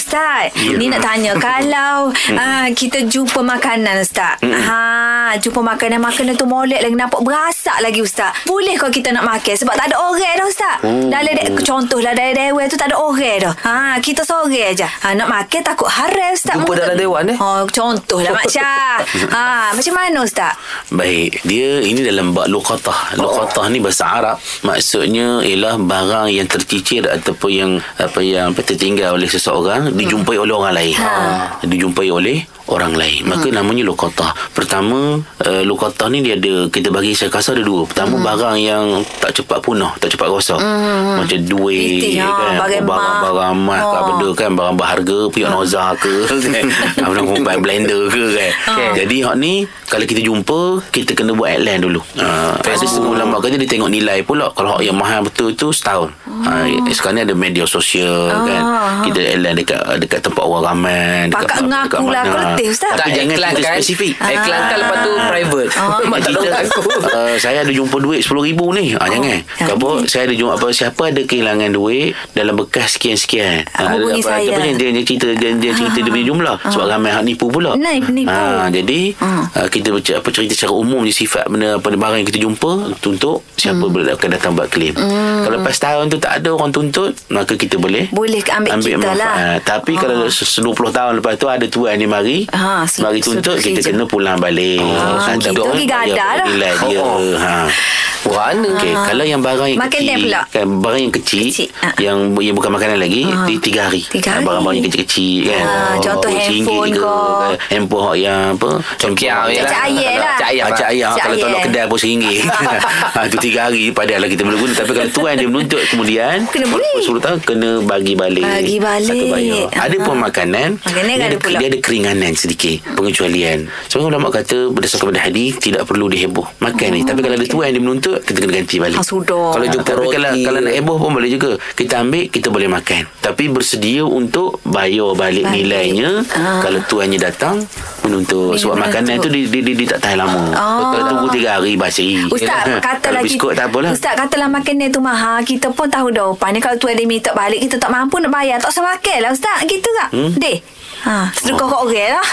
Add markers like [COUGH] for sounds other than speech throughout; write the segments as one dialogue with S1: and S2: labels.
S1: Ustaz, yeah.
S2: Ya.
S1: ni nak tanya
S2: [LAUGHS]
S1: kalau
S2: Hmm.
S1: ah, kita jumpa makanan Ustaz. Ha, jumpa makanan-makanan tu molek lagi nampak berasak lagi Ustaz. Boleh kau kita nak makan sebab tak ada orang dah Ustaz.
S3: Oh.
S1: Dalam de- contohlah dalam dewan tu tak ada orang dah. Ha, kita seorang aja. Ha, nak makan takut haram Ustaz.
S2: Jumpa
S1: Mungkin-
S2: dalam dewan, eh?
S1: Ha, contohlah Mak
S2: [LAUGHS]
S1: Syah. Ha, macam mana Ustaz?
S3: Baik, dia ini dalam bak luqatah. Luqatah ni bahasa Arab. Maksudnya ialah barang yang tercicir ataupun yang apa yang apa tertinggal oleh seseorang dijumpai oleh orang lain. Ha. Dijumpai oleh orang lain. Maka
S1: Hmm.
S3: namanya luqatah. Pertama, uh, luqatah ni dia ada kita bagi saya kasar ada dua. Pertama
S1: Hmm.
S3: barang yang tak cepat punah, tak cepat rosak. Macam duit
S1: Itik, Hmm.
S3: kan,
S1: ha, barang mah.
S3: barang-barang mat
S1: Ha.
S3: kat benda kan barang berharga,
S1: Ah.
S3: pihak nozah ke
S1: [LAUGHS]
S3: kan. Abang kumpai blender ke kan.
S1: Ah.
S2: Okey.
S3: Jadi hak ni kalau kita jumpa kita kena buat outline dulu. Ha, ada semua ulama kata dia tengok nilai pula. Kalau hak yang mahal betul tu setahun. Ha,
S1: Oh.
S3: sekarang ni ada media sosial kan. Kita outline dekat dekat tempat orang ramai,
S1: Ah,
S3: dekat
S1: Pakat
S3: dekat
S1: ngaku lah,
S3: mana.
S1: kreatif, Ustaz. Ah.
S3: Tapi
S2: Tak kan?
S3: jangan kita
S2: iklankan
S3: spesifik.
S2: Iklankan kan lepas tu private [LAUGHS] Mak tak tahu aku
S3: uh, saya ada jumpa duit RM10,000 ni. Ah oh, jangan.
S1: jangan.
S3: Kamu saya ada jumpa apa siapa ada kehilangan duit dalam bekas sekian-sekian.
S1: Ah, hubungi
S3: apa,
S1: saya. Ah,
S3: apa ni, dia, dia cerita dia, dia cerita dia punya jumlah sebab ramai hak nipu pula.
S1: Nah, nipu.
S3: Ah, jadi
S1: Ah.
S3: ah, kita baca apa cerita secara umum je sifat benda apa barang yang kita jumpa tuntut siapa
S1: Hmm.
S3: boleh akan datang buat claim. Kalau lepas tahun tu tak ada orang tuntut maka kita boleh
S1: Boleh ambil kita lah.
S3: manfaat. Tapi kalau se- se- 20 tahun lepas tu ada tuan ni mari
S1: Ah, se-
S3: mari tuntut
S1: se-
S3: kita
S1: se-
S3: kena pulang balik.
S1: Ah,
S3: Ah,
S1: kita
S3: ataupun
S1: pergi gadar
S3: bayar
S1: lah.
S3: Nilai dia.
S2: Oh, oh.
S3: Ha.
S2: Mana
S3: Okey, kalau yang barang yang
S1: Makan dia
S3: kecil
S1: pula.
S3: kan barang yang kecil,
S1: Kecil, ah.
S3: yang yang bukan makanan lagi di tiga hari.
S1: Tiga
S3: Ah,
S1: hari.
S3: Barang-barang yang kecil-kecil kan.
S1: Ah, contoh
S3: RM20
S1: handphone
S3: ke,
S1: kau.
S3: kan, handphone hak yang apa?
S2: Congkiang
S3: handphone
S2: je
S3: hak-
S2: lah.
S1: Cak Ayel lah.
S2: Cak Ayel.
S3: Ah, Cak ayah
S1: Cak
S3: kalau
S1: Ayel.
S3: tolak kedai pun
S1: [LAUGHS]
S3: RM1. ha, tu tiga hari padalah kita belum guna tapi kalau tuan dia menuntut kemudian
S1: Kena beli.
S3: Suruh tahu kena bagi balik.
S1: Bagi balik. Ah.
S3: Satu bayar. Ada pun makanan.
S1: Makanan
S3: dia
S1: ada pula.
S3: Dia ada keringanan sedikit pengecualian. Sebenarnya ulama kata berdasarkan pada hadis tidak perlu diheboh makan ni tapi kalau ada tuan dia menuntut kita kena ganti balik.
S1: Oh, Ah, sudah.
S3: Kalau
S2: Ah,
S3: jumpa
S2: tapi
S3: roti kalau,
S2: kalau-
S3: kalau
S2: kalau
S3: nak
S2: nak
S3: heboh pun boleh juga. Kita ambil, kita boleh makan. Tapi bersedia untuk bayar balik,
S1: Balik.
S3: nilainya
S1: Ah.
S3: kalau tuannya datang menuntut.
S1: Dia
S3: Sebab makanan
S1: menuntut. Ah.
S3: tu dia, dia, dia, dia tak tahan lama. Kalau tunggu tiga hari basi. [LAUGHS]
S1: Ustaz kata
S3: kalau
S1: lagi
S3: biskut tak apalah.
S1: Ustaz katalah makanan tu mahal Kita pun tahu dah Pandai kalau tu ada minta balik Kita tak mampu nak bayar Tak usah makan lah Ustaz Gitu tak hmm? Deh ha, Sedekah kat orang [LAUGHS] lah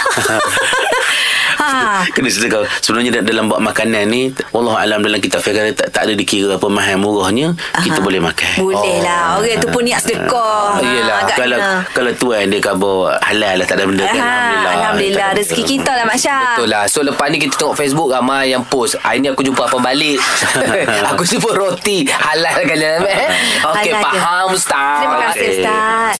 S1: ha.
S3: Kena sedekah Sebenarnya da- dalam buat makanan ni Wallah alam dalam kitab fiqh tak, tak ada dikira apa mahal murahnya Kita
S1: Aha.
S3: boleh makan Oh. Ah,
S1: Boleh lah Orang tu pun niat sedekah Ha,
S3: Yelah
S1: agaknya.
S3: kalau kalau tuan dia khabar halal lah tak ada benda kan
S1: Ha, Alhamdulillah
S3: Tak ada
S1: Rezeki
S3: benda.
S1: kita lah Mak Syah
S2: Betul lah So lepas ni kita tengok Facebook Ramai yang post Hari ni aku jumpa apa balik [LAUGHS] Aku jumpa roti Halal kan dalam eh Okey
S1: [LAUGHS] Halal je.
S2: faham Ustaz
S1: Terima kasih
S3: Okey.
S1: Ustaz